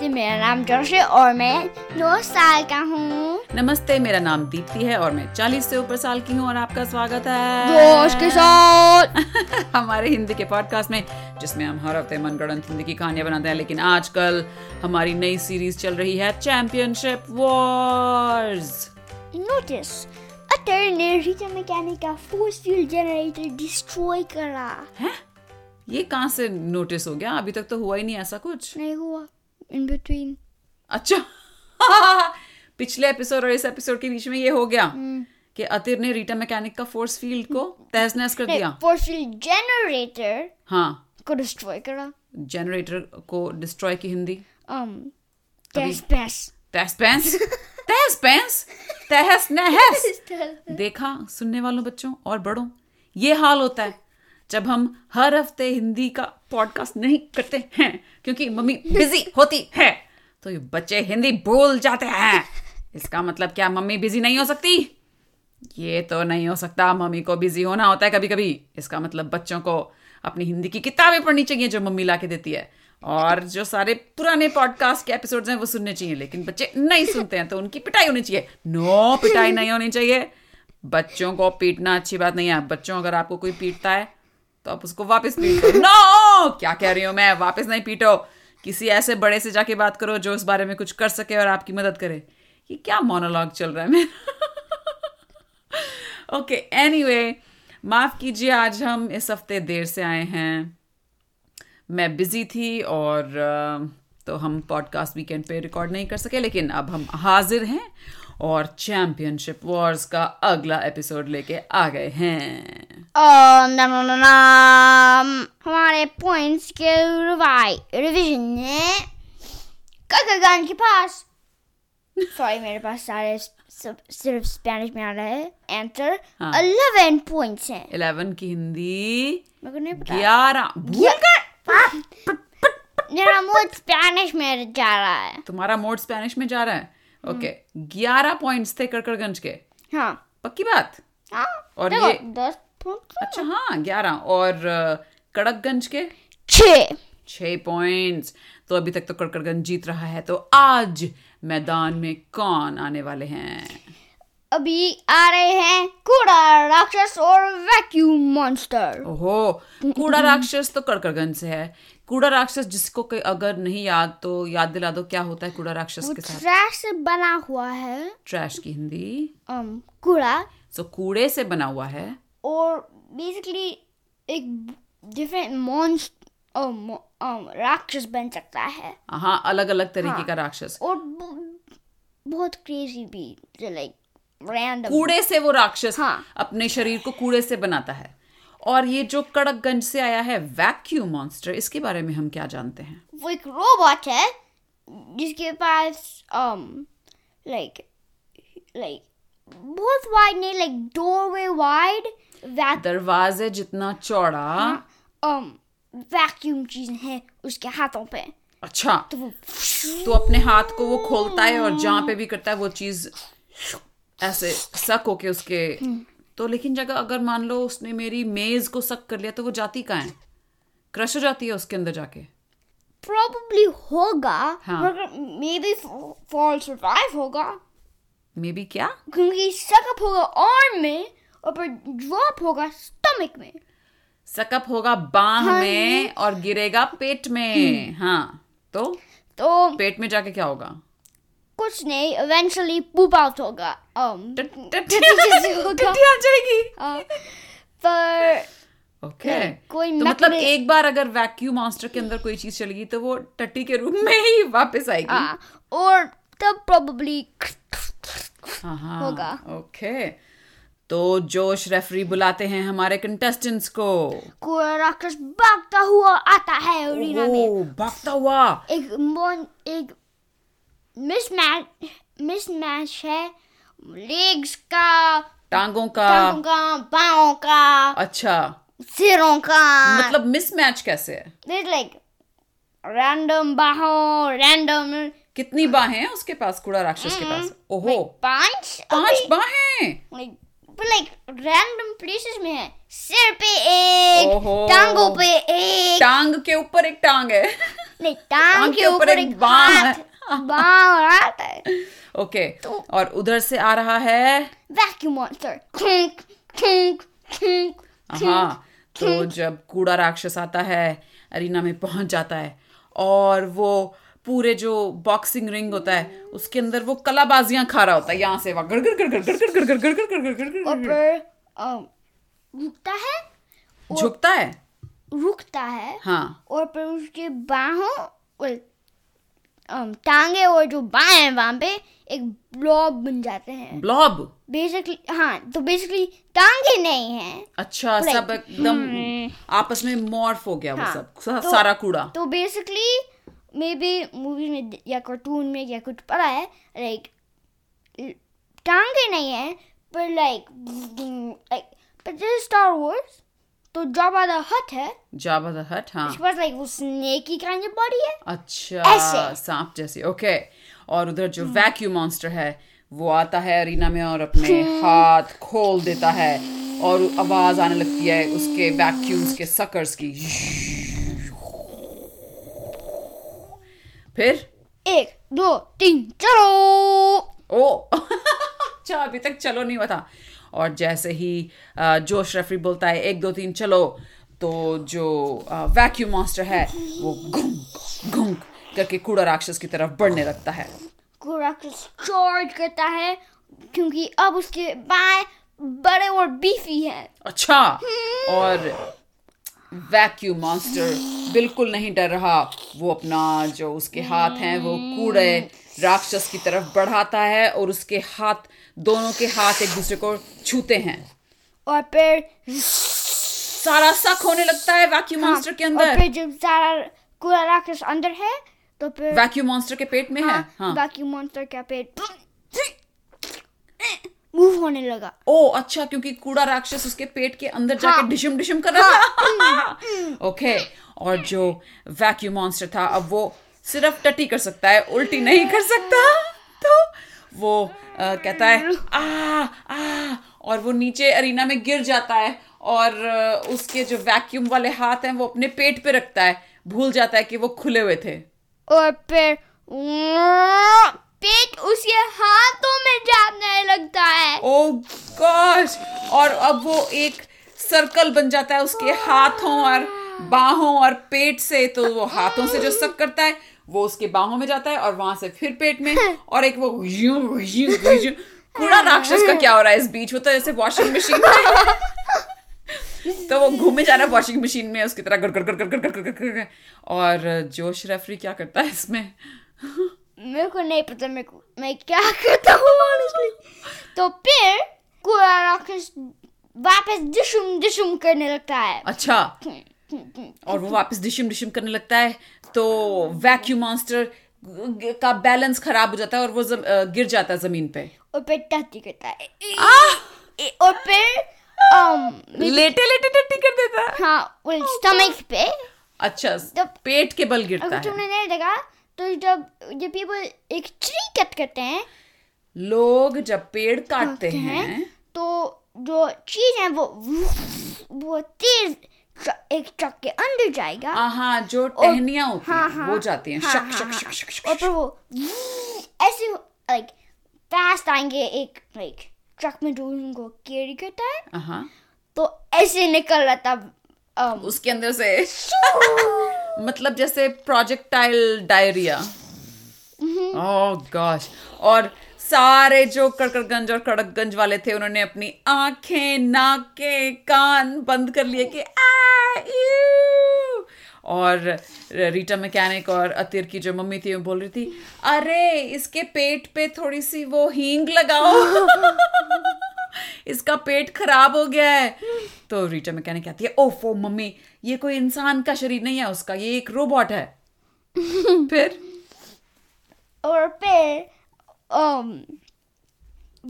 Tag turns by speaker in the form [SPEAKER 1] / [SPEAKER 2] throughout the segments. [SPEAKER 1] नाम जोश है और मैं दो साल का हूँ
[SPEAKER 2] नमस्ते मेरा नाम दीप्ति है और मैं 40 से ऊपर साल की हूँ और आपका स्वागत है
[SPEAKER 1] जोश के साथ
[SPEAKER 2] हमारे हिंदी के पॉडकास्ट में जिसमें हम हर हफ्ते मनगढ़ंत हिंदी की कहानियां बनाते हैं लेकिन आजकल हमारी नई सीरीज चल रही है चैंपियनशिप वॉर्स
[SPEAKER 1] नोटिस अ टर्नरी मैकेनिक का फोर्स फील्ड जनरेटर डिस्ट्रॉय करा
[SPEAKER 2] ये कहाँ से नोटिस हो गया अभी तक तो हुआ ही नहीं ऐसा कुछ
[SPEAKER 1] नहीं हुआ इन बिटवीन
[SPEAKER 2] अच्छा पिछले एपिसोड और इस एपिसोड के बीच में ये हो गया
[SPEAKER 1] हम्म।
[SPEAKER 2] कि अतिर ने रीटा मैकेनिक का फोर्स फील्ड को तहस नहस कर दिया
[SPEAKER 1] फोर्स फील्ड जनरेटर
[SPEAKER 2] हाँ
[SPEAKER 1] को डिस्ट्रॉय करा
[SPEAKER 2] जनरेटर को डिस्ट्रॉय की हिंदी
[SPEAKER 1] um टेस्ट पैस
[SPEAKER 2] तहस पैंस तहस पैंस तहस नहस देखा सुनने वालों बच्चों और बड़ों ये हाल होता है जब हम हर हफ्ते हिंदी का पॉडकास्ट नहीं करते हैं क्योंकि मम्मी बिजी होती है तो ये बच्चे हिंदी भूल जाते हैं इसका मतलब क्या मम्मी बिजी नहीं हो सकती ये तो नहीं हो सकता मम्मी को बिजी होना होता है कभी कभी इसका मतलब बच्चों को अपनी हिंदी की किताबें पढ़नी चाहिए जो मम्मी ला के देती है और जो सारे पुराने पॉडकास्ट के एपिसोड्स हैं वो सुनने चाहिए लेकिन बच्चे नहीं सुनते हैं तो उनकी पिटाई होनी चाहिए नो पिटाई नहीं होनी चाहिए बच्चों को पीटना अच्छी बात नहीं है बच्चों अगर आपको कोई पीटता है तो आप उसको वापस पीटो नो क्या कह रही हूँ मैं वापस नहीं पीटो किसी ऐसे बड़े से जाके बात करो जो इस बारे में कुछ कर सके और आपकी मदद करे ये क्या मोनोलॉग चल रहा है मेरा ओके एनीवे माफ कीजिए आज हम इस हफ्ते देर से आए हैं मैं बिजी थी और अ, तो हम पॉडकास्ट वीकेंड पे रिकॉर्ड नहीं कर सके लेकिन अब हम हाजिर हैं और चैंपियनशिप वॉर्स का अगला एपिसोड लेके आ गए हैं
[SPEAKER 1] और नम हमारे पॉइंट्स के रिवाई रिवीजन ने काकागान के पास सॉरी मेरे पास सारे सब सिर्फ स्पेनिश में आ रहा है आंसर
[SPEAKER 2] हाँ।
[SPEAKER 1] 11 पॉइंट्स हैं
[SPEAKER 2] इलेवन की हिंदी
[SPEAKER 1] मेरे को नहीं पता
[SPEAKER 2] ग्यारह भूल
[SPEAKER 1] मेरा मूड स्पेनिश में जा रहा है
[SPEAKER 2] तुम्हारा मोड स्पेनिश में जा रहा है ओके ग्यारह पॉइंट्स थे कड़कड़गंज के
[SPEAKER 1] हाँ
[SPEAKER 2] पक्की बात
[SPEAKER 1] हाँ
[SPEAKER 2] और
[SPEAKER 1] देखो,
[SPEAKER 2] ये-
[SPEAKER 1] दस पॉइंट
[SPEAKER 2] अच्छा हाँ ग्यारह और अ, कड़कगंज के
[SPEAKER 1] छः
[SPEAKER 2] छः पॉइंट्स तो अभी तक तो कड़कड़गंज जीत रहा है तो आज मैदान में कौन आने वाले हैं
[SPEAKER 1] अभी आ रहे हैं कूड़ा राक्षस और वैक्यूम मॉन्स्टर
[SPEAKER 2] ओहो कूड़ा राक्षस तो कड़कड़गंज से है कूड़ा राक्षस जिसको कोई अगर नहीं याद तो याद दिला दो क्या होता है कूड़ा राक्षस के साथ
[SPEAKER 1] ट्रैश से बना हुआ है
[SPEAKER 2] ट्रैश की हिंदी
[SPEAKER 1] um, कूड़ा
[SPEAKER 2] सो कूड़े से बना हुआ है
[SPEAKER 1] और बेसिकली एक डिफरेंट मॉन्स um, राक्षस बन सकता है
[SPEAKER 2] हाँ अलग अलग तरीके का राक्षस
[SPEAKER 1] और ब- बहुत क्रेजी भी लाइक रैंडम
[SPEAKER 2] कूड़े से वो राक्षस
[SPEAKER 1] हाँ।
[SPEAKER 2] अपने शरीर को कूड़े से बनाता है और ये जो कड़कगंज से आया है वैक्यूम मॉन्स्टर इसके बारे में हम क्या जानते हैं
[SPEAKER 1] वो एक रोबोट है जिसके पास um लाइक लाइक बहुत वाइड नहीं लाइक डोरवे वाइड वैक
[SPEAKER 2] दरवाजे जितना चौड़ा
[SPEAKER 1] um वैक्यूम चीज है उसके हाथों पे
[SPEAKER 2] अच्छा
[SPEAKER 1] तो वो
[SPEAKER 2] तो अपने हाथ को वो खोलता है और जहाँ पे भी करता है वो चीज ऐसे सक होके उसके
[SPEAKER 1] हम्म।
[SPEAKER 2] तो लेकिन जगह अगर मान लो उसने मेरी मेज को सक कर लिया तो वो जाती कहाँ है क्रश हो जाती है उसके अंदर जाके
[SPEAKER 1] probably होगा
[SPEAKER 2] हाँ।
[SPEAKER 1] मगर maybe फॉल survive होगा
[SPEAKER 2] मे बी क्या
[SPEAKER 1] क्योंकि सकअप होगा आर्म में और पर ड्रॉप होगा स्टमक में
[SPEAKER 2] सकअप होगा बाह
[SPEAKER 1] हाँ।
[SPEAKER 2] में और गिरेगा पेट में
[SPEAKER 1] हम्म।
[SPEAKER 2] हाँ तो
[SPEAKER 1] तो
[SPEAKER 2] पेट में जाके क्या होगा
[SPEAKER 1] कुछ नहीं eventually poop out होगा um से होगा।
[SPEAKER 2] टट्टी आ जाएगी
[SPEAKER 1] uh, पर
[SPEAKER 2] ओके
[SPEAKER 1] हाँ, कोई
[SPEAKER 2] तो मतलब
[SPEAKER 1] नखरे-
[SPEAKER 2] एक बार अगर वैक्यूम मॉन्स्टर के अंदर कोई चीज चली गई तो वो टट्टी के रूप में ही वापस आएगी
[SPEAKER 1] हाँ, और तब uh, probably होगा।
[SPEAKER 2] हाँ। ओके तो जोश रेफरी बुलाते हैं हमारे कंटेस्टेंट्स को
[SPEAKER 1] कोई राक्षस भागता हुआ आता है अरीना में
[SPEAKER 2] ओह, भागता हुआ
[SPEAKER 1] एक मोन एक मिसमैच मिसमैच है लेग्स का
[SPEAKER 2] टांगों का
[SPEAKER 1] टांगों का पाओ का हाँ।
[SPEAKER 2] अच्छा
[SPEAKER 1] सिरों का
[SPEAKER 2] मतलब मिसमैच कैसे है
[SPEAKER 1] लाइक रैंडम बाहो रैंडम
[SPEAKER 2] कितनी
[SPEAKER 1] हाँ।
[SPEAKER 2] बाहें हैं उसके पास कूड़ा राक्षस के
[SPEAKER 1] हम्म।
[SPEAKER 2] पास ओहो
[SPEAKER 1] पांच
[SPEAKER 2] पांच बाहें
[SPEAKER 1] लाइक रैंडम प्लेसेस में है सिर पे एक
[SPEAKER 2] ओहो।
[SPEAKER 1] टांगों पे एक
[SPEAKER 2] टांग के ऊपर एक टांग है
[SPEAKER 1] नहीं टांग के ऊपर एक
[SPEAKER 2] बांह है
[SPEAKER 1] हाथ बांग और आता है
[SPEAKER 2] ओके
[SPEAKER 1] तो-
[SPEAKER 2] और उधर से आ रहा है
[SPEAKER 1] वैक्यूम मॉन्स्टर खिंक खिंक खिंक
[SPEAKER 2] हाँ तो जब कूड़ा राक्षस आता है अरीना में पहुंच जाता है और वो पूरे जो बॉक्सिंग रिंग होता है उसके अंदर वो कलाबाजियां खा रहा होता है यहाँ से वहाँ गड़ गड़ गड़ गड़ गड़ गड़ गड़ गड़ गड़ गड़ गड़ गड़ गड़ गड़
[SPEAKER 1] ऊपर अम, रुकता है
[SPEAKER 2] झुकता है
[SPEAKER 1] रुकता है
[SPEAKER 2] हाँ
[SPEAKER 1] और फिर उसके बाहों और अम, टांगे और जो बाएं हैं वहां पे एक ब्लॉब बन जाते हैं
[SPEAKER 2] ब्लॉब
[SPEAKER 1] बेसिकली हाँ तो बेसिकली टांगे नहीं हैं
[SPEAKER 2] अच्छा
[SPEAKER 1] पूरा
[SPEAKER 2] सब एकदम आपस में मॉर्फ हो गया वो
[SPEAKER 1] हम्म। हाँ,
[SPEAKER 2] सब सा-
[SPEAKER 1] तो-
[SPEAKER 2] सारा कूड़ा
[SPEAKER 1] तो बेसिकली मे बी मूवी में या कार्टून में या कुछ पड़ा है लाइक टांगे नहीं है पर लाइक लाइक पर जैसे स्टार वॉर्स तो जाबा द हट है उसके
[SPEAKER 2] जाबा द हट हाँ
[SPEAKER 1] पास लाइक वो स्नेक की काइंड ऑफ बॉडी है
[SPEAKER 2] अच्छा
[SPEAKER 1] ऐसे।
[SPEAKER 2] सांप जैसी ओके और उधर जो वैक्यूम मॉन्स्टर है वो आता है अरीना में और अपने हाथ खोल देता है और आवाज आने लगती है उसके वैक्यूम्स के सकर्स की फिर
[SPEAKER 1] एक दो तीन चलो
[SPEAKER 2] ओ अच्छा अभी तक चलो नहीं हुआ था और जैसे ही अ, जोश रेफरी बोलता है एक दो तीन चलो तो जो वैक्यूम मॉन्स्टर है वो घुंक घुंक करके कूड़ा राक्षस की तरफ बढ़ने लगता है
[SPEAKER 1] कोराक्स चार्ज करता है क्योंकि अब उसके बाएं बड़े और बीफी हैं
[SPEAKER 2] अच्छा और वैक्यूम मॉन्स्टर बिल्कुल नहीं डर रहा वो अपना जो उसके हाथ हैं वो कूड़े राक्षस की तरफ बढ़ाता है और उसके हाथ दोनों के हाथ एक दूसरे को छूते हैं
[SPEAKER 1] और फिर
[SPEAKER 2] सारा सक होने लगता है वैक्यूम मॉन्स्टर के
[SPEAKER 1] हाँ, और
[SPEAKER 2] अंदर
[SPEAKER 1] फिर जब सारा कोराक्स अंदर है तो फिर
[SPEAKER 2] वैक्यूम मॉन्स्टर के पेट में है हाँ
[SPEAKER 1] बाकी मॉन्स्टर का पेट मूव होने लगा
[SPEAKER 2] ओ अच्छा क्योंकि कूड़ा राक्षस उसके पेट के अंदर जाके
[SPEAKER 1] हाँ। हम्म।
[SPEAKER 2] डिशम डिशम कर रहा था ओके और जो वैक्यूम मॉन्स्टर था अब वो सिर्फ टटी कर सकता है उल्टी नहीं कर सकता तो वो अ, कहता है आ आ और वो नीचे अरीना में गिर जाता है और अ, उसके जो वैक्यूम वाले हाथ हैं वो अपने पेट पे रखता है भूल जाता है कि वो खुले हुए थे
[SPEAKER 1] और फिर पेट उसके हाथों में जाने लगता है
[SPEAKER 2] ओ गॉश Oh, और अब वो एक सर्कल बन जाता है उसके हाथों और बाहों और पेट से तो वो हाथों से जो सक करता है वो उसके बाहों में जाता है और वहां से फिर पेट में और एक वो यूं यूं यूं कूड़ा राक्षस का क्या हो रहा है इस बीच वो तो जैसे वॉशिंग मशीन में तो वो घूमे जा रहा है वॉशिंग मशीन में उसकी तरह गड़ गड़ गड़ गड़ गड़ गड़ गड़ गड़ गड़। और जोश रेफरी क्या करता है इसमें
[SPEAKER 1] मेरे को नहीं पता मेरे को मैं क्या करता हूँ honestly। तो फिर कूड़ा राक्षस वापस डिशुम डिशुम करने लगता है
[SPEAKER 2] अच्छा और वो वापस डिशिम डिशिम करने लगता है तो वैक्यूम मॉन्स्टर का बैलेंस खराब हो जाता है और वो जम, अ, गिर जाता है जमीन पे
[SPEAKER 1] और फिर टट्टी करता है और फिर um,
[SPEAKER 2] लेटे लेटे टट्टी कर देता है
[SPEAKER 1] हाँ स्टमक पे
[SPEAKER 2] अच्छा
[SPEAKER 1] जब-
[SPEAKER 2] पेट के बल गिरता
[SPEAKER 1] अगर
[SPEAKER 2] है
[SPEAKER 1] तुमने नहीं देखा तो जब जब पीपल एक ट्री कट करते हैं
[SPEAKER 2] लोग जब पेड़ काटते
[SPEAKER 1] काटते हैं,
[SPEAKER 2] हैं
[SPEAKER 1] तो जो चीज है वो वो तेज च- एक ट्रक के अंदर जाएगा
[SPEAKER 2] हाँ जो टहनियाँ होती
[SPEAKER 1] हाँ,
[SPEAKER 2] हैं
[SPEAKER 1] हाँ,
[SPEAKER 2] वो जाती हैं
[SPEAKER 1] हाँ,
[SPEAKER 2] शक
[SPEAKER 1] हाँ,
[SPEAKER 2] शक
[SPEAKER 1] हाँ।
[SPEAKER 2] शक शक
[SPEAKER 1] और
[SPEAKER 2] शक
[SPEAKER 1] फिर वो ऐसे लाइक फास्ट आएंगे एक लाइक ट्रक में जो उनको कैरी करता है
[SPEAKER 2] हाँ
[SPEAKER 1] तो ऐसे निकल रहा था अम,
[SPEAKER 2] उसके अंदर से मतलब जैसे projectile diarrhoea oh gosh Oh और सारे जो कड़कड़गंज और कड़कगंज वाले थे उन्होंने अपनी आंखें नाके कान बंद कर लिए कि "आ, ew!" और रीटा मैकेनिक और अतिर की जो मम्मी थी वो बोल रही थी अरे इसके पेट पे थोड़ी सी वो हींग लगाओ इसका पेट खराब हो गया है तो रीटा मैकेनिक कहती है ओफो मम्मी ये कोई इंसान का शरीर नहीं है उसका ये एक रोबोट है फिर
[SPEAKER 1] और फिर um,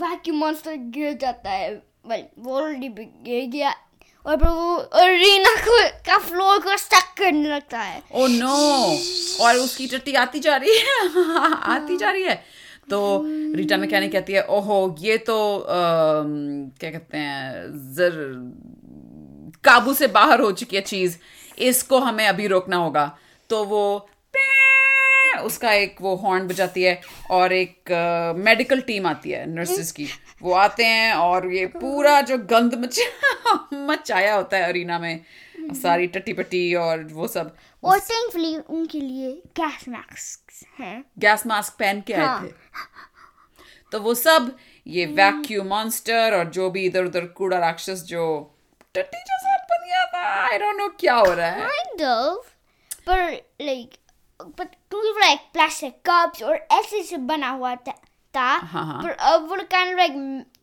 [SPEAKER 1] वैक्यूम मॉन्स्टर गिर जाता है well, वो ऑलरेडी गिर गया और फिर वो अरीना को का फ्लोर को स्टक करने लगता है
[SPEAKER 2] ओ नो Oh और उसकी टट्टी आती जा रही है आती जा रही है तो रीटा मैकेनिक कहती है ओहो ये तो अम, क्या कहते हैं जर काबू से बाहर हो चुकी है चीज इसको हमें अभी रोकना होगा तो वो उसका एक वो हॉर्न बजाती है और एक मेडिकल टीम आती है नर्सेस की वो आते हैं और ये पूरा जो गंद मच मचाया होता है अरीना में सारी टट्टी पट्टी और वो सब
[SPEAKER 1] और थैंकफुली उनके लिए गैस मास्क हैं
[SPEAKER 2] गैस मास्क पहन के आए थे तो वो सब ये वैक्यूम मॉन्स्टर और जो भी इधर उधर कूड़ा राक्षस जो टट्टी जैसा बन गया था आई डोंट नो क्या हो रहा है
[SPEAKER 1] kind of पर लाइक but क्योंकि वो लाइक प्लास्टिक कप्स और ऐसे से बना हुआ था था
[SPEAKER 2] हाँ, हाँ।
[SPEAKER 1] पर अब वो काइंड लाइक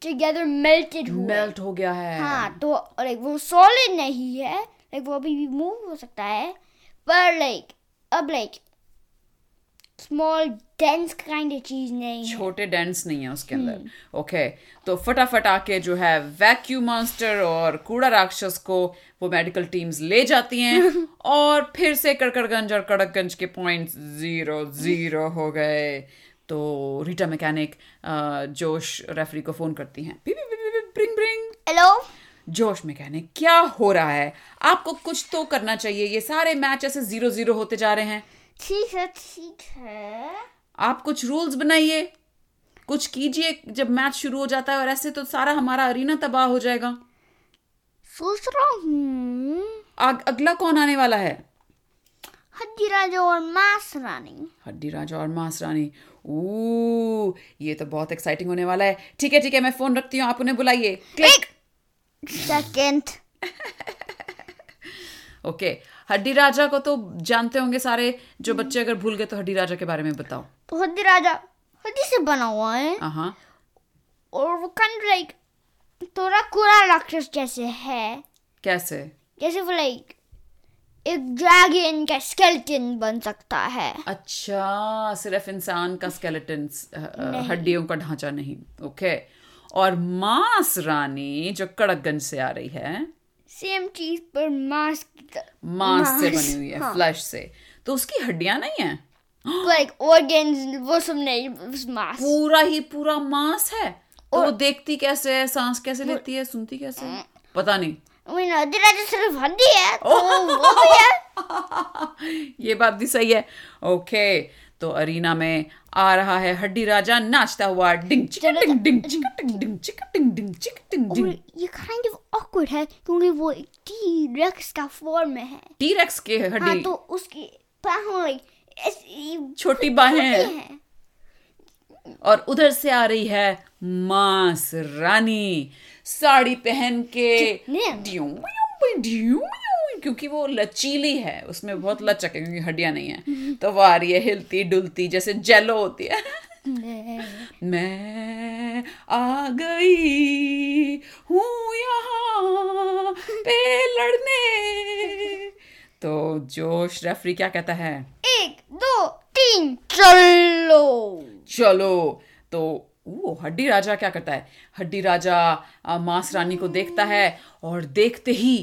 [SPEAKER 1] टुगेदर मेल्टेड हुए
[SPEAKER 2] मेल्ट हो गया है
[SPEAKER 1] हाँ तो लाइक वो सॉलिड नहीं है लाइक वो अभी भी मूव हो सकता है पर लाइक अब like small dense kind of चीज नहीं है
[SPEAKER 2] छोटे डेंट्स नहीं है उसके अंदर ओके तो फटाफट आके जो है वैक्यूम मॉन्स्टर और कूड़ा राक्षस को वो मेडिकल टीम्स ले जाती हैं और फिर से कड़कड़गंज और कड़कगंज के पॉइंट्स जीरो जीरो हो गए तो रीटा मैकेनिक जोश रेफरी को फोन करती हैं bring bring
[SPEAKER 1] hello
[SPEAKER 2] Josh Mechanic क्या हो रहा है आपको कुछ तो करना चाहिए ये सारे मैच ऐसे जीरो जीरो होते जा रहे हैं
[SPEAKER 1] ठीक है ठीक है
[SPEAKER 2] आप कुछ रूल्स बनाइए कुछ कीजिए जब मैच शुरू हो जाता है और ऐसे तो सारा हमारा अरीना तबाह हो जाएगा
[SPEAKER 1] सोच रहा हूँ
[SPEAKER 2] आग, अगला कौन आने वाला है
[SPEAKER 1] हड्डी राजा और मास रानी
[SPEAKER 2] हड्डी राजा और मास रानी ओ ये तो बहुत एक्साइटिंग होने वाला है ठीक है ठीक है मैं फोन रखती हूँ आप उन्हें बुलाइए क्लिक
[SPEAKER 1] सेकंड
[SPEAKER 2] ओके हड्डी राजा को तो जानते होंगे सारे जो बच्चे अगर भूल गए तो हड्डी राजा के बारे में बताओ
[SPEAKER 1] तो हड्डी राजा हड्डी से बना हुआ है
[SPEAKER 2] हाँ
[SPEAKER 1] और वो काइंड लाइक थोड़ा कोरा राक्षस जैसे है
[SPEAKER 2] कैसे
[SPEAKER 1] जैसे वो लाइक एक ड्रैगन का स्केलेटन बन सकता है
[SPEAKER 2] अच्छा सिर्फ इंसान का स्केलेटन हड्डियों का ढांचा नहीं ओके और मांस रानी जो कड़कगंज से आ रही है
[SPEAKER 1] सेम चीज पर मास्क की तरह
[SPEAKER 2] मांस से
[SPEAKER 1] मांस, हाँ।
[SPEAKER 2] बनी हुई है फ्लैश से तो उसकी हड्डियां नहीं है
[SPEAKER 1] लाइक ऑर्गन्स वो सब नहीं उस मास्क
[SPEAKER 2] पूरा ही पूरा मांस है तो वो देखती कैसे है सांस कैसे लेती है सुनती कैसे है पता नहीं
[SPEAKER 1] मीन हड्डी राजा सिर्फ हड्डी है तो वो भी है
[SPEAKER 2] ये बात भी सही है ओके तो अरीना में आ रहा है हड्डी राजा नाचता हुआ ding chicken ding ding chicken ding ding chicken ding ding chicken ding ding
[SPEAKER 1] और ये काइंड ऑफ ऑकवर्ड है क्योंकि वो एक टी रेक्स का फॉर्म में है
[SPEAKER 2] टीरेक्स के हड्डी
[SPEAKER 1] हाँ तो उसके बाहों लाइक ऐसी
[SPEAKER 2] छोटी बाहें
[SPEAKER 1] छोटी
[SPEAKER 2] हैं
[SPEAKER 1] हैं।
[SPEAKER 2] और उधर से आ रही है मांस रानी साड़ी पहन के
[SPEAKER 1] कितने?
[SPEAKER 2] ड्यूं, ड्यूं, ड्यूं, क्योंकि वो लचीली है उसमें बहुत लचक है क्योंकि हड्डियां नहीं है तो वो आ रही है हिलती डुलती जैसे जेलो होती है मैं आ गई हूँ यहाँ पे लड़ने तो जोश रेफरी क्या कहता है
[SPEAKER 1] एक दो तीन चलो
[SPEAKER 2] चलो तो वो हड्डी राजा क्या करता है हड्डी राजा आ, मांस रानी को देखता है और देखते ही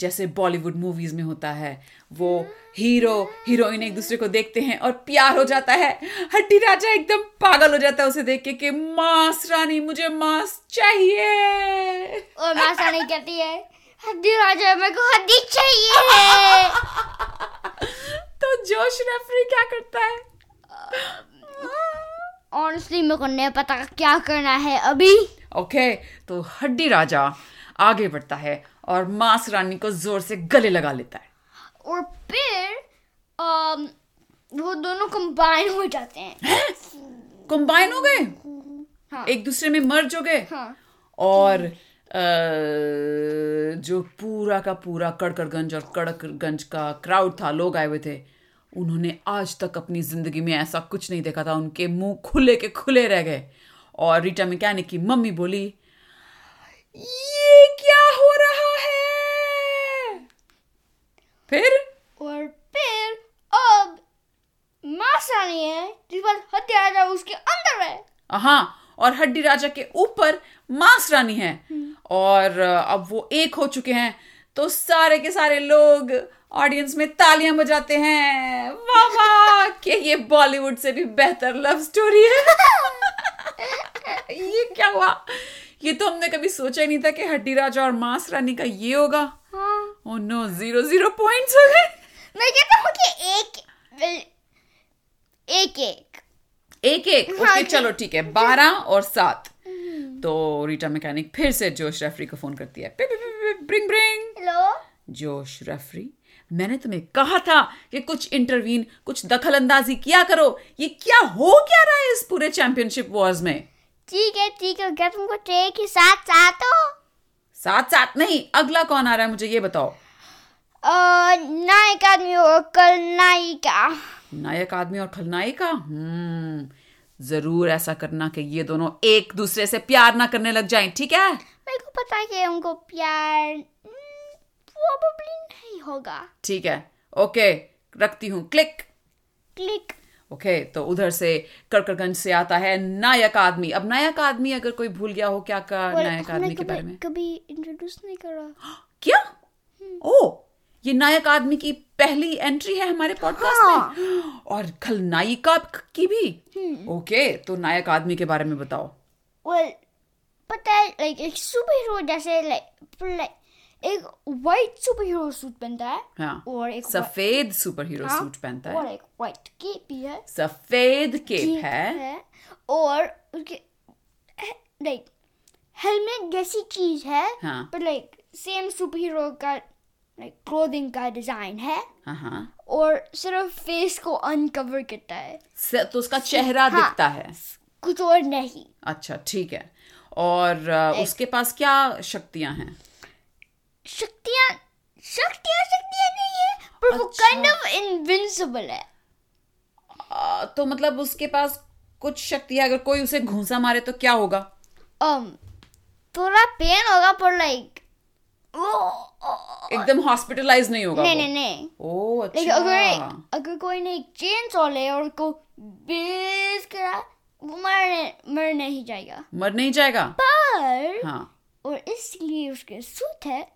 [SPEAKER 2] जैसे बॉलीवुड मूवीज में होता है वो हीरो हीरोइन एक दूसरे को देखते हैं और प्यार हो जाता है हड्डी राजा एकदम पागल हो जाता है उसे देख के कि मांस रानी मुझे मांस चाहिए
[SPEAKER 1] और माँ सानी कहती है हड्डी राजा मेरे को हड्डी चाहिए है
[SPEAKER 2] तो जोश रेफरी क्या करता है
[SPEAKER 1] ऑनेस्टली मेरे को नहीं पता क्या करना है अभी
[SPEAKER 2] ओके तो हड्डी राजा आगे बढ़ता है और मांस रानी को जोर से गले लगा लेता है
[SPEAKER 1] और फिर अम, वो दोनों कंबाइन हो जाते हैं
[SPEAKER 2] कंबाइन हो गए
[SPEAKER 1] हाँ।
[SPEAKER 2] एक दूसरे में मर्ज हो गए
[SPEAKER 1] हाँ
[SPEAKER 2] और अ, जो पूरा का पूरा कड़कड़गंज और कड़कगंज का क्राउड था लोग आए हुए थे उन्होंने आज तक अपनी जिंदगी में ऐसा कुछ नहीं देखा था उनके मुंह खुले के खुले रह गए और रीटा मैकेनिक की मम्मी बोली ये क्या हो रहा है फिर
[SPEAKER 1] और फिर अब माँ सानी है जिस पर हड्डी राजा उसके अंदर है
[SPEAKER 2] हाँ और हड्डी राजा के ऊपर मांस रानी है और अ, अब वो एक हो चुके हैं तो सारे के सारे लोग ऑडियंस में तालियां बजाते हैं वाह वाह कि ये बॉलीवुड से भी बेहतर लव स्टोरी है ये क्या हुआ ये तो हमने कभी सोचा ही नहीं था कि हड्डी राजा और मांस रानी का ये होगा Oh
[SPEAKER 1] हाँ
[SPEAKER 2] oh no zero zero points हो गए
[SPEAKER 1] मैं कहता हूँ कि एक एक एक
[SPEAKER 2] एक हाँ, एक ओके चलो ठीक है बारह और सात तो रीटा मैकेनिक फिर से जोश रेफरी को फोन करती है bring bring
[SPEAKER 1] hello
[SPEAKER 2] Josh referee मैंने तुम्हें कहा था कि कुछ इंटरवीन कुछ दखल अंदाजी किया करो ये क्या हो क्या रहा है इस पूरे चैंपियनशिप वॉर्स में
[SPEAKER 1] ठीक है ठीक है क्या तुमको चाहिए कि साथ साथ हो
[SPEAKER 2] साथ साथ नहीं अगला कौन आ रहा है मुझे ये बताओ
[SPEAKER 1] और नायक आदमी हो कल नायिका
[SPEAKER 2] नायक आदमी और खलनायिका हम्म जरूर ऐसा करना कि ये दोनों एक दूसरे से प्यार ना करने लग जाएं ठीक है
[SPEAKER 1] मेरे को पता है कि उनको प्यार प्रोबेबली नहीं होगा
[SPEAKER 2] ठीक है ओके रखती हूँ क्लिक
[SPEAKER 1] क्लिक
[SPEAKER 2] ओके तो उधर से कड़कड़गंज से आता है नायक आदमी अब नायक आदमी अगर कोई भूल गया हो क्या का
[SPEAKER 1] और
[SPEAKER 2] नायक
[SPEAKER 1] हमने
[SPEAKER 2] आदमी के
[SPEAKER 1] कभी-
[SPEAKER 2] बारे में हम्म।
[SPEAKER 1] कभी इंट्रोड्यूस नहीं करा
[SPEAKER 2] क्या ओ ये नायक आदमी की पहली एंट्री है हमारे पॉडकास्ट में और खलनायिका की भी ओके तो नायक आदमी के बारे में बताओ
[SPEAKER 1] well पता है लाइक एक सुपर हीरो जैसे लाइक लाइक एक वाइट सुपर हीरो सूट पहनता है
[SPEAKER 2] हाँ
[SPEAKER 1] और एक
[SPEAKER 2] सफेद सुपर हीरो
[SPEAKER 1] हाँ,
[SPEAKER 2] सूट पहनता
[SPEAKER 1] और
[SPEAKER 2] है
[SPEAKER 1] एक वाइट केप भी है
[SPEAKER 2] सफेद केप
[SPEAKER 1] केप
[SPEAKER 2] है
[SPEAKER 1] और उसके लाइक हेलमेट जैसी चीज है
[SPEAKER 2] हाँ।
[SPEAKER 1] पर लाइक सेम सुपर हीरो का लाइक क्लोथिंग का डिजाइन है
[SPEAKER 2] हाँ हाँ
[SPEAKER 1] और सिर्फ फेस को अनकवर करता है
[SPEAKER 2] स- तो उसका चेहरा
[SPEAKER 1] हाँ।
[SPEAKER 2] दिखता है
[SPEAKER 1] कुछ और नहीं
[SPEAKER 2] अच्छा ठीक है और अ, उसके पास क्या शक्तियां हैं
[SPEAKER 1] शक्तियां शक्तियां शक्तियां नहीं है पर वो
[SPEAKER 2] अच्छा।
[SPEAKER 1] काइंड ऑफ इनविंसिबल है
[SPEAKER 2] अ, तो मतलब उसके पास कुछ शक्ति है अगर कोई उसे घूंसा मारे तो क्या होगा
[SPEAKER 1] um थोड़ा पेन होगा पर लाइक
[SPEAKER 2] एकदम हॉस्पिटलाइज नहीं होगा
[SPEAKER 1] oh। नहीं
[SPEAKER 2] वो।
[SPEAKER 1] नहीं नहीं
[SPEAKER 2] ओ
[SPEAKER 1] लाइक
[SPEAKER 2] अच्छा
[SPEAKER 1] अगर अगर कोई ने चेन सो ले और को बेस करा वो मर मर नहीं जाएगा
[SPEAKER 2] मर नहीं जाएगा
[SPEAKER 1] पर
[SPEAKER 2] हाँ
[SPEAKER 1] और इसलिए उसके सूट है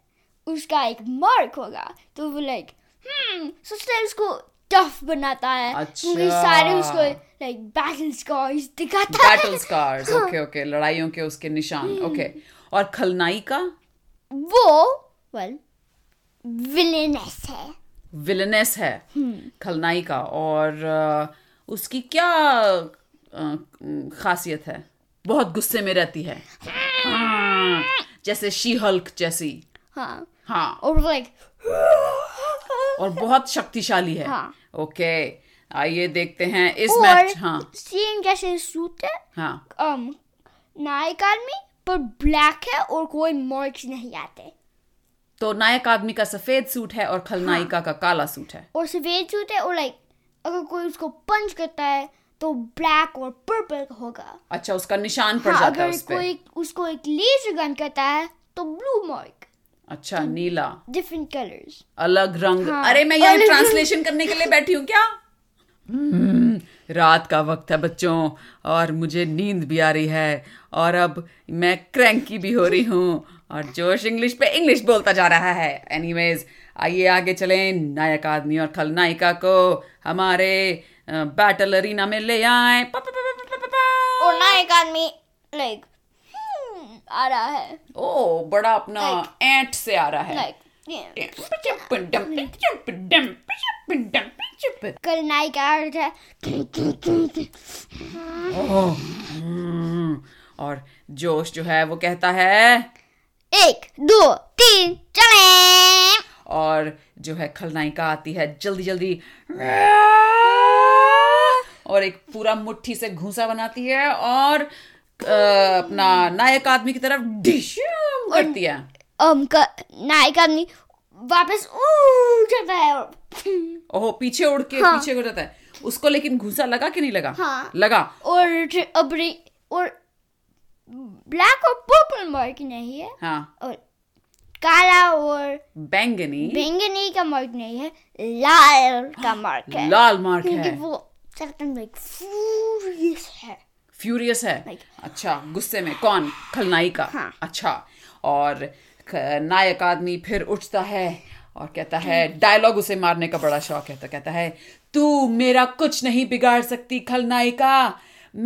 [SPEAKER 1] उसका एक मार्क होगा तो वो लाइक हम्म सोचते उसको टफ बनाता है क्योंकि
[SPEAKER 2] अच्छा।
[SPEAKER 1] सारे उसको लाइक बैटल स्कॉर्स दिखाता है
[SPEAKER 2] बैटल स्कार्स
[SPEAKER 1] हाँ।
[SPEAKER 2] ओके ओके लड़ाइयों के उसके निशान
[SPEAKER 1] हम्म।
[SPEAKER 2] ओके और खलनायिका
[SPEAKER 1] वो वेल विलेनेस है
[SPEAKER 2] विलनेस है
[SPEAKER 1] हम्म।
[SPEAKER 2] खलनायिका और अ, उसकी क्या अ, खासियत है बहुत गुस्से में रहती है हाँ, जैसे शी हल्क जैसी
[SPEAKER 1] हाँ
[SPEAKER 2] हाँ
[SPEAKER 1] और लाइक
[SPEAKER 2] और बहुत शक्तिशाली है
[SPEAKER 1] हाँ।
[SPEAKER 2] ओके आइए देखते हैं इस
[SPEAKER 1] और
[SPEAKER 2] मैच हाँ
[SPEAKER 1] सेम जैसे सूट है
[SPEAKER 2] हाँ
[SPEAKER 1] um, नायक आदमी पर ब्लैक है और कोई मार्क्स नहीं आते
[SPEAKER 2] तो नायक आदमी का सफेद सूट है और खलनायिका
[SPEAKER 1] हाँ।
[SPEAKER 2] का काला सूट है
[SPEAKER 1] और सफेद सूट है और लाइक अगर कोई उसको पंच करता है तो ब्लैक और पर्पल होगा
[SPEAKER 2] अच्छा उसका निशान पड़
[SPEAKER 1] हाँ
[SPEAKER 2] जाता है
[SPEAKER 1] अगर
[SPEAKER 2] उस पे
[SPEAKER 1] कोई उसको एक लेजर गन करता है तो ब्लू मार्क
[SPEAKER 2] अच्छा नीला
[SPEAKER 1] डिफरेंट कलर्स
[SPEAKER 2] अलग रंग
[SPEAKER 1] हाँ।
[SPEAKER 2] अरे मैं यहाँ
[SPEAKER 1] अलग-
[SPEAKER 2] ट्रांसलेशन करने के लिए बैठी हूँ क्या हम्म, रात का वक्त है बच्चों और मुझे नींद भी आ रही है और अब मैं क्रैंकी भी हो रही हूँ और जोश इंग्लिश पे इंग्लिश बोलता जा रहा है एनीवेज आइए आगे चलें नायक आदमी और खलनायिका को हमारे बैटल अरीना में ले आए पा, पा, पा, पा, पा, पा, पा।
[SPEAKER 1] और नायक आदमी लाइक hmm, आ रहा है
[SPEAKER 2] ओ बड़ा अपना एंट से आ रहा है
[SPEAKER 1] लाइक कल नायक आ रहा है
[SPEAKER 2] ओह, हम्म, और जोश जो है वो कहता है
[SPEAKER 1] एक दो तीन चले
[SPEAKER 2] और जो है खलनायिका आती है जल्दी जल्दी और एक पूरा मुट्ठी से घूसा बनाती है और अ, अपना नायक आदमी की तरफ डिश करती है
[SPEAKER 1] um, का, नायक आदमी वापस उड़ जाता है और
[SPEAKER 2] ओह पीछे उड़ के
[SPEAKER 1] हाँ।
[SPEAKER 2] पीछे उड़ जाता है उसको लेकिन घूसा लगा कि नहीं लगा
[SPEAKER 1] हाँ।
[SPEAKER 2] लगा
[SPEAKER 1] और ज- अब रे- और ब्लैक और पर्पल मार्क नहीं है
[SPEAKER 2] हाँ
[SPEAKER 1] और काला और
[SPEAKER 2] बैंगनी
[SPEAKER 1] बैंगनी का मार्क नहीं है लाल का मार्क है
[SPEAKER 2] लाल मार्क
[SPEAKER 1] क्योंकि
[SPEAKER 2] है
[SPEAKER 1] वो सरतन लाइक फ्यूरियस है
[SPEAKER 2] फ्यूरियस है
[SPEAKER 1] Like-
[SPEAKER 2] अच्छा गुस्से में कौन खलनायिका
[SPEAKER 1] हाँ।
[SPEAKER 2] अच्छा और ख- नायक आदमी फिर उठता है और कहता है डायलॉग उसे मारने का बड़ा शौक है तो कहता है तू मेरा कुछ नहीं बिगाड़ सकती खलनायिका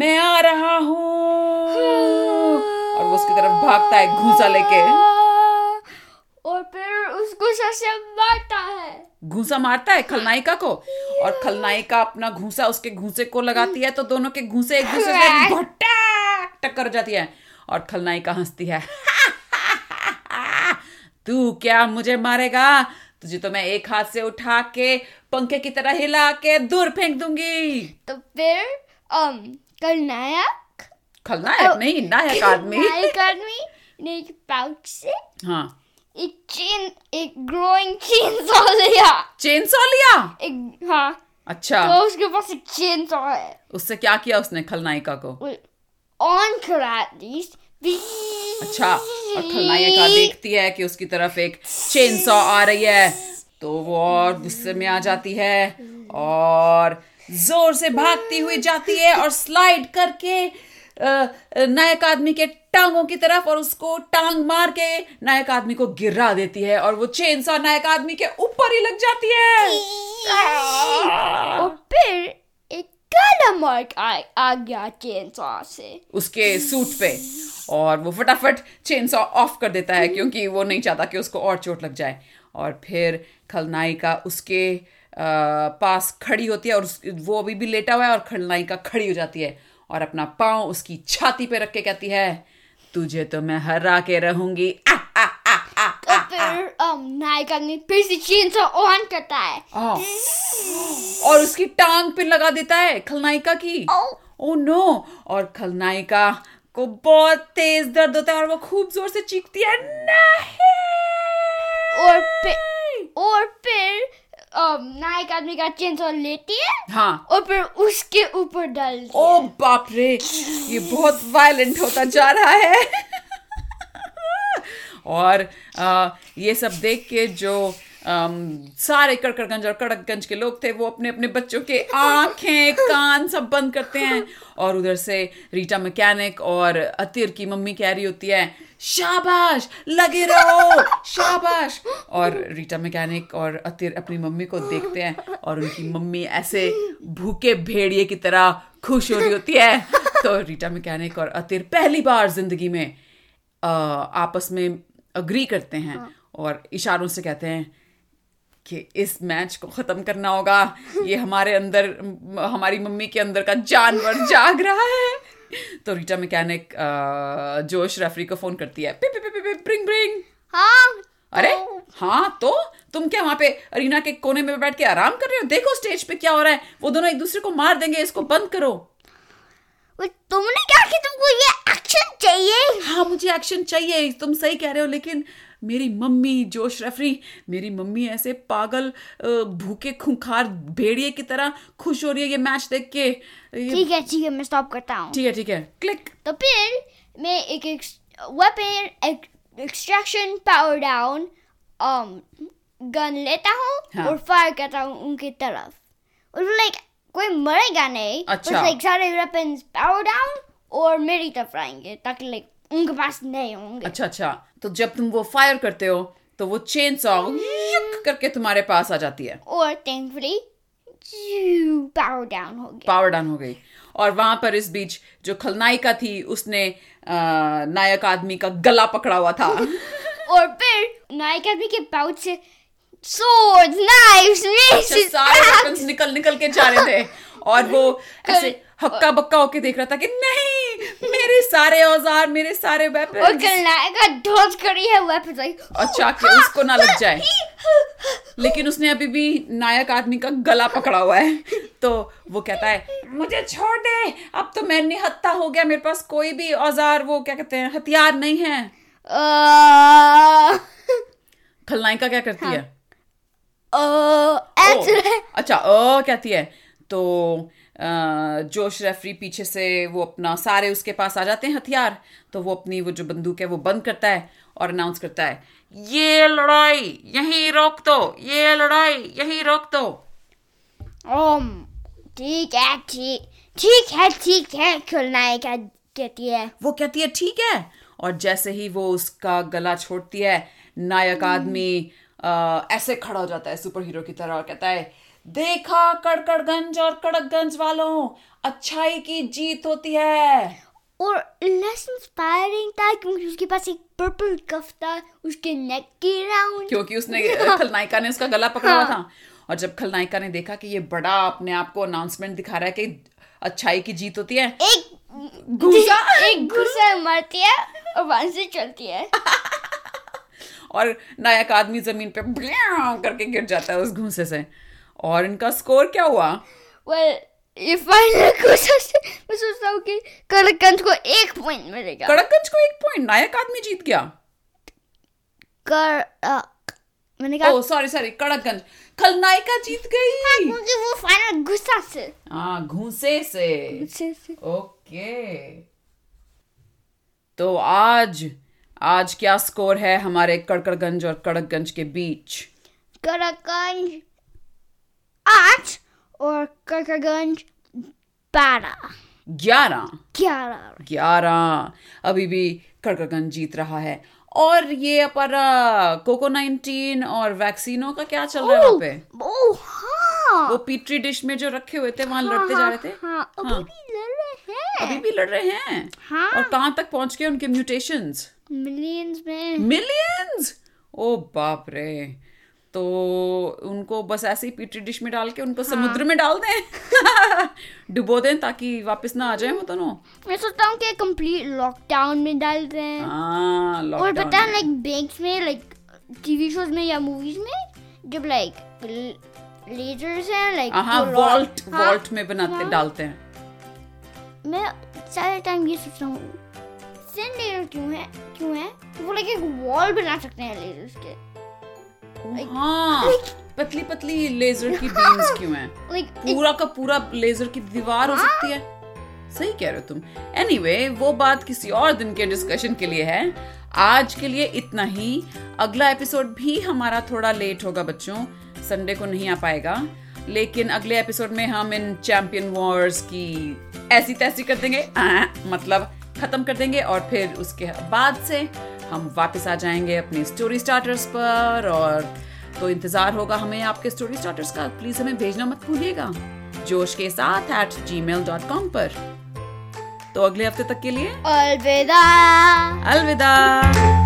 [SPEAKER 2] मैं आ रहा हूँ
[SPEAKER 1] हाँ।
[SPEAKER 2] और वो उसकी तरफ भागता है घूसा लेके
[SPEAKER 1] और फिर उसको सबसे मारता है
[SPEAKER 2] घूसा मारता है खलनायिका को और खलनायिका अपना घूसा उसके घूसे को लगाती है तो दोनों के घूसे एक दूसरे से भटक टक्कर हो जाती है और खलनायिका हंसती है तू क्या मुझे मारेगा तुझे तो मैं एक हाथ से उठा के पंखे की तरह हिला के दूर फेंक दूंगी
[SPEAKER 1] तो फिर um, कल नायक
[SPEAKER 2] खलनायक नहीं नायक आदमी
[SPEAKER 1] नायक आदमी ने एक पाउच से
[SPEAKER 2] हाँ
[SPEAKER 1] एक चेन एक ग्रोइंग चेन सॉ लिया
[SPEAKER 2] चेन सो लिया
[SPEAKER 1] एक हाँ
[SPEAKER 2] अच्छा
[SPEAKER 1] तो उसके पास एक चेन सॉ है
[SPEAKER 2] उससे क्या किया उसने खलनायिका को
[SPEAKER 1] ऑन करा एटलीस्ट
[SPEAKER 2] अच्छा और खलनायिका देखती है कि उसकी तरफ एक चेन सॉ आ रही है तो वो और गुस्से में आ जाती है और जोर से भागती हुई जाती है और स्लाइड करके अ, नायक आदमी के टांगों की तरफ और उसको टांग मार के नायक आदमी को गिरा देती है और वो चेन सॉ नायक आदमी के ऊपर ही लग जाती है
[SPEAKER 1] और फिर एक काला मार्क आ, आ गया चेन सॉ से
[SPEAKER 2] उसके सूट पे और वो फटाफट चेन सॉ ऑफ कर देता है क्योंकि वो नहीं चाहता कि उसको और चोट लग जाए और फिर खलनायिका उसके अ, पास खड़ी होती है और उस, वो अभी भी लेटा हुआ है और खलनायिका खड़ी हो जाती है और अपना पाँव उसकी छाती पे रख के कहती है तुझे तो मैं हरा के रहूंगी आ, आ, आ, आ,
[SPEAKER 1] तो
[SPEAKER 2] आ, आ।
[SPEAKER 1] फिर um, नायक आदमी फिर से चेन सॉ ऑन करता है
[SPEAKER 2] हाँ। और उसकी टांग पे लगा देता है खलनायिका की
[SPEAKER 1] Oh.
[SPEAKER 2] ओ नो और खलनायिका को बहुत तेज दर्द होता है और वो खूब जोर से चीखती है नहीं
[SPEAKER 1] और फिर और फिर um, नायक आदमी का चेन सॉ लेती है
[SPEAKER 2] हाँ
[SPEAKER 1] और फिर उसके ऊपर डाल दिया।
[SPEAKER 2] ओ बाप रे ये बहुत वायलेंट होता जा रहा है और अ, ये सब देख के जो अम, सारे कड़कड़गंज और कड़कगंज के लोग थे वो अपने अपने बच्चों के आंखें कान सब बंद करते हैं और उधर से रीटा मैकेनिक और अतिर की मम्मी कह रही होती है शाबाश लगे रहो शाबाश और रीटा मैकेनिक और अतिर अपनी मम्मी को देखते हैं और उनकी मम्मी ऐसे भूखे भेड़िए की तरह खुश हो रही होती है तो रीटा मैकेनिक और अतिर पहली बार जिंदगी में अ, आपस में अग्री करते हैं और इशारों से कहते हैं कि इस मैच को खत्म करना होगा ये हमारे अंदर म- हमारी मम्मी के अंदर का जानवर जाग रहा है तो रीटा मैकेनिक अ, जोश रेफरी को फोन करती है पिप पिप पिप ब्रिंग ब्रिंग
[SPEAKER 1] हाँ
[SPEAKER 2] अरे
[SPEAKER 1] तो
[SPEAKER 2] हाँ तो तुम क्या वहां पे अरीना के कोने में बैठ के आराम कर रहे हो देखो स्टेज पे क्या हो रहा है वो दोनों एक दूसरे को मार देंगे इसको बंद करो
[SPEAKER 1] वो तुमने कहा कि तुमको ये एक्शन चाहिए
[SPEAKER 2] हाँ मुझे एक्शन चाहिए तुम सही कह रहे हो लेकिन मेरी मम्मी जोश रेफरी मेरी मम्मी ऐसे पागल अ, भूखे खूंखार भेड़िए की तरह खुश हो रही है ये मैच देख के ये-
[SPEAKER 1] ठीक है ठीक है मैं स्टॉप करता हूँ
[SPEAKER 2] ठीक है ठीक है क्लिक
[SPEAKER 1] तो फिर मैं एक weapon extraction power down um, gun लेता हूँ
[SPEAKER 2] हाँ।
[SPEAKER 1] और फायर करता हूँ उनकी तरफ और लाइक कोई मरेगा नहीं
[SPEAKER 2] अच्छा।
[SPEAKER 1] लाइक सारे वेपन पावर डाउन और मेरी तरफ आएंगे ताकि लाइक उनके पास नहीं होंगे
[SPEAKER 2] अच्छा अच्छा तो जब तुम वो फायर करते हो तो वो चेन सॉ करके तुम्हारे पास आ जाती है
[SPEAKER 1] और थैंकफुली पावर डाउन हो गया
[SPEAKER 2] पावर डाउन हो गई और वहां पर इस बीच जो खलनायिका थी उसने अ, नायक आदमी का गला पकड़ा हुआ था
[SPEAKER 1] और फिर नायक आदमी के पाउच से eh, swords, knives,
[SPEAKER 2] अच्छा,
[SPEAKER 1] maces,
[SPEAKER 2] सारे
[SPEAKER 1] axes,
[SPEAKER 2] weapons निकल निकल के जा रहे थे और वो ऐसे हक्का बक्का होके देख रहा था कि नहीं मेरे सारे औजार मेरे सारे
[SPEAKER 1] और
[SPEAKER 2] वेपन
[SPEAKER 1] गलनाएगा ढोस करी है हाँ, वेपन्स लाइक
[SPEAKER 2] अच्छा कि उसको ना लग जाए
[SPEAKER 1] हाँ,
[SPEAKER 2] लेकिन उसने अभी भी नायक आदमी का गला पकड़ा हुआ है तो वो कहता है मुझे छोड़ दे अब तो मैं निहत्ता हो गया मेरे पास कोई भी औजार वो क्या कहते हैं हथियार नहीं है
[SPEAKER 1] हाँ,
[SPEAKER 2] खलनायिका क्या करती है ओ, अच्छा ओ कहती है तो अ, जोश रेफरी पीछे से वो अपना सारे उसके पास आ जाते हैं हथियार तो वो अपनी वो जो बंदूक है वो बंद करता है और अनाउंस करता है ये लड़ाई यहीं रोक दो ये लड़ाई यहीं रोक दो
[SPEAKER 1] ओम ठीक है ठीक ठीक है ठीक है खलनाएगा कहती है
[SPEAKER 2] वो कहती है ठीक है और जैसे ही वो उसका गला छोड़ती है नायक आदमी अ, ऐसे खड़ा हो जाता है सुपर हीरो की तरह और कहता है देखा कड़कड़गंज और कड़कगंज वालों अच्छाई की जीत होती है
[SPEAKER 1] और लेस इंस्पायरिंग था क्योंकि उसके पास एक पर्पल कफ था उसके नेक के राउंड
[SPEAKER 2] क्योंकि उसने खलनायिका ने उसका गला पकड़ा हुआ था और जब खलनायिका ने देखा कि ये बड़ा अपने आप को अनाउंसमेंट दिखा रहा है कि अच्छाई की जीत होती है
[SPEAKER 1] एक
[SPEAKER 2] घुसा
[SPEAKER 1] एक घुसा मारती है और वहां से चलती है
[SPEAKER 2] और नायक आदमी जमीन पे ब्यां करके गिर जाता है उस घूसे से और इनका स्कोर क्या हुआ
[SPEAKER 1] वेल ये फाइनल घुसा से मैं सोचता हूँ कि कड़कंज को एक पॉइंट मिलेगा
[SPEAKER 2] कड़कंज को एक पॉइंट नायक आदमी जीत गया
[SPEAKER 1] कर अ, मैंने कहा
[SPEAKER 2] ओ सॉरी सॉरी Oh, कड़कगंज खलनायिका जीत गई
[SPEAKER 1] क्योंकि वो फाइनल गुस्सा से
[SPEAKER 2] हाँ घूसे से
[SPEAKER 1] से- से-
[SPEAKER 2] ओके तो आज आज क्या स्कोर है हमारे कड़कड़गंज और कड़कगंज के बीच
[SPEAKER 1] Karakanj आठ और करकगंज बारह
[SPEAKER 2] ग्यारह
[SPEAKER 1] ग्यारह
[SPEAKER 2] ग्यारह अभी भी कड़कड़गंज जीत रहा है और ये पर कोको नाइनटीन और वैक्सीनों का क्या चल रहा है वहाँ पे
[SPEAKER 1] ओ हाँ
[SPEAKER 2] वो पीट्री डिश में जो रखे हुए थे वहां लड़ते जा रहे थे
[SPEAKER 1] हाँ अभी
[SPEAKER 2] हाँ।
[SPEAKER 1] भी लड़ रहे हैं
[SPEAKER 2] अभी भी लड़ रहे हैं
[SPEAKER 1] हाँ।
[SPEAKER 2] और कहाँ तक पहुंच गए उनके म्यूटेशंस
[SPEAKER 1] मिलियंस में
[SPEAKER 2] मिलियंस ओ बाप रे तो उनको बस ऐसे ही पीटी डिश में डाल के उनको
[SPEAKER 1] हाँ।
[SPEAKER 2] समुद्र में डाल दें डुबो दें ताकि वापस ना आ जाए वो दोनों
[SPEAKER 1] मैं सोचता हूँ कि कंप्लीट लॉकडाउन में डाल रहे हैं
[SPEAKER 2] हाँ
[SPEAKER 1] और
[SPEAKER 2] lockdown
[SPEAKER 1] पता है
[SPEAKER 2] में।
[SPEAKER 1] लाइक बैंक्स में लाइक टीवी शोज में या मूवीज में जब लाइक लेजर्स हैं लाइक
[SPEAKER 2] हाँ
[SPEAKER 1] जो lock-
[SPEAKER 2] वॉल्ट
[SPEAKER 1] हाँ,
[SPEAKER 2] वॉल्ट में बनाते डालते हैं
[SPEAKER 1] मैं सारे टाइम ये सोचता हूँ सेंड लेयर क्यों है क्यों है तो वो लाइक एक वॉल बना सकते हैं लेजर्स के
[SPEAKER 2] हाँ पतली पतली लेजर की बीम्स क्यों हैं
[SPEAKER 1] लाइक
[SPEAKER 2] पूरा का पूरा लेजर की दीवार हो
[SPEAKER 1] हाँ।
[SPEAKER 2] सकती है सही कह रहे हो तुम एनीवे anyway, वो बात किसी और दिन के डिस्कशन के लिए है आज के लिए इतना ही अगला एपिसोड भी हमारा थोड़ा लेट होगा बच्चों संडे को नहीं आ पाएगा लेकिन अगले एपिसोड में हम इन चैंपियन वॉर्स की ऐसी तैसी कर देंगे आह, मतलब खत्म कर देंगे और फिर उसके बाद से हम वापस आ जाएंगे अपने स्टोरी स्टार्टर्स पर और तो इंतजार होगा हमें आपके स्टोरी स्टार्टर्स का प्लीज हमें भेजना मत भूलिएगा जोश के साथ at Gmail dot com पर तो अगले हफ्ते तक के लिए
[SPEAKER 1] अलविदा
[SPEAKER 2] अलविदा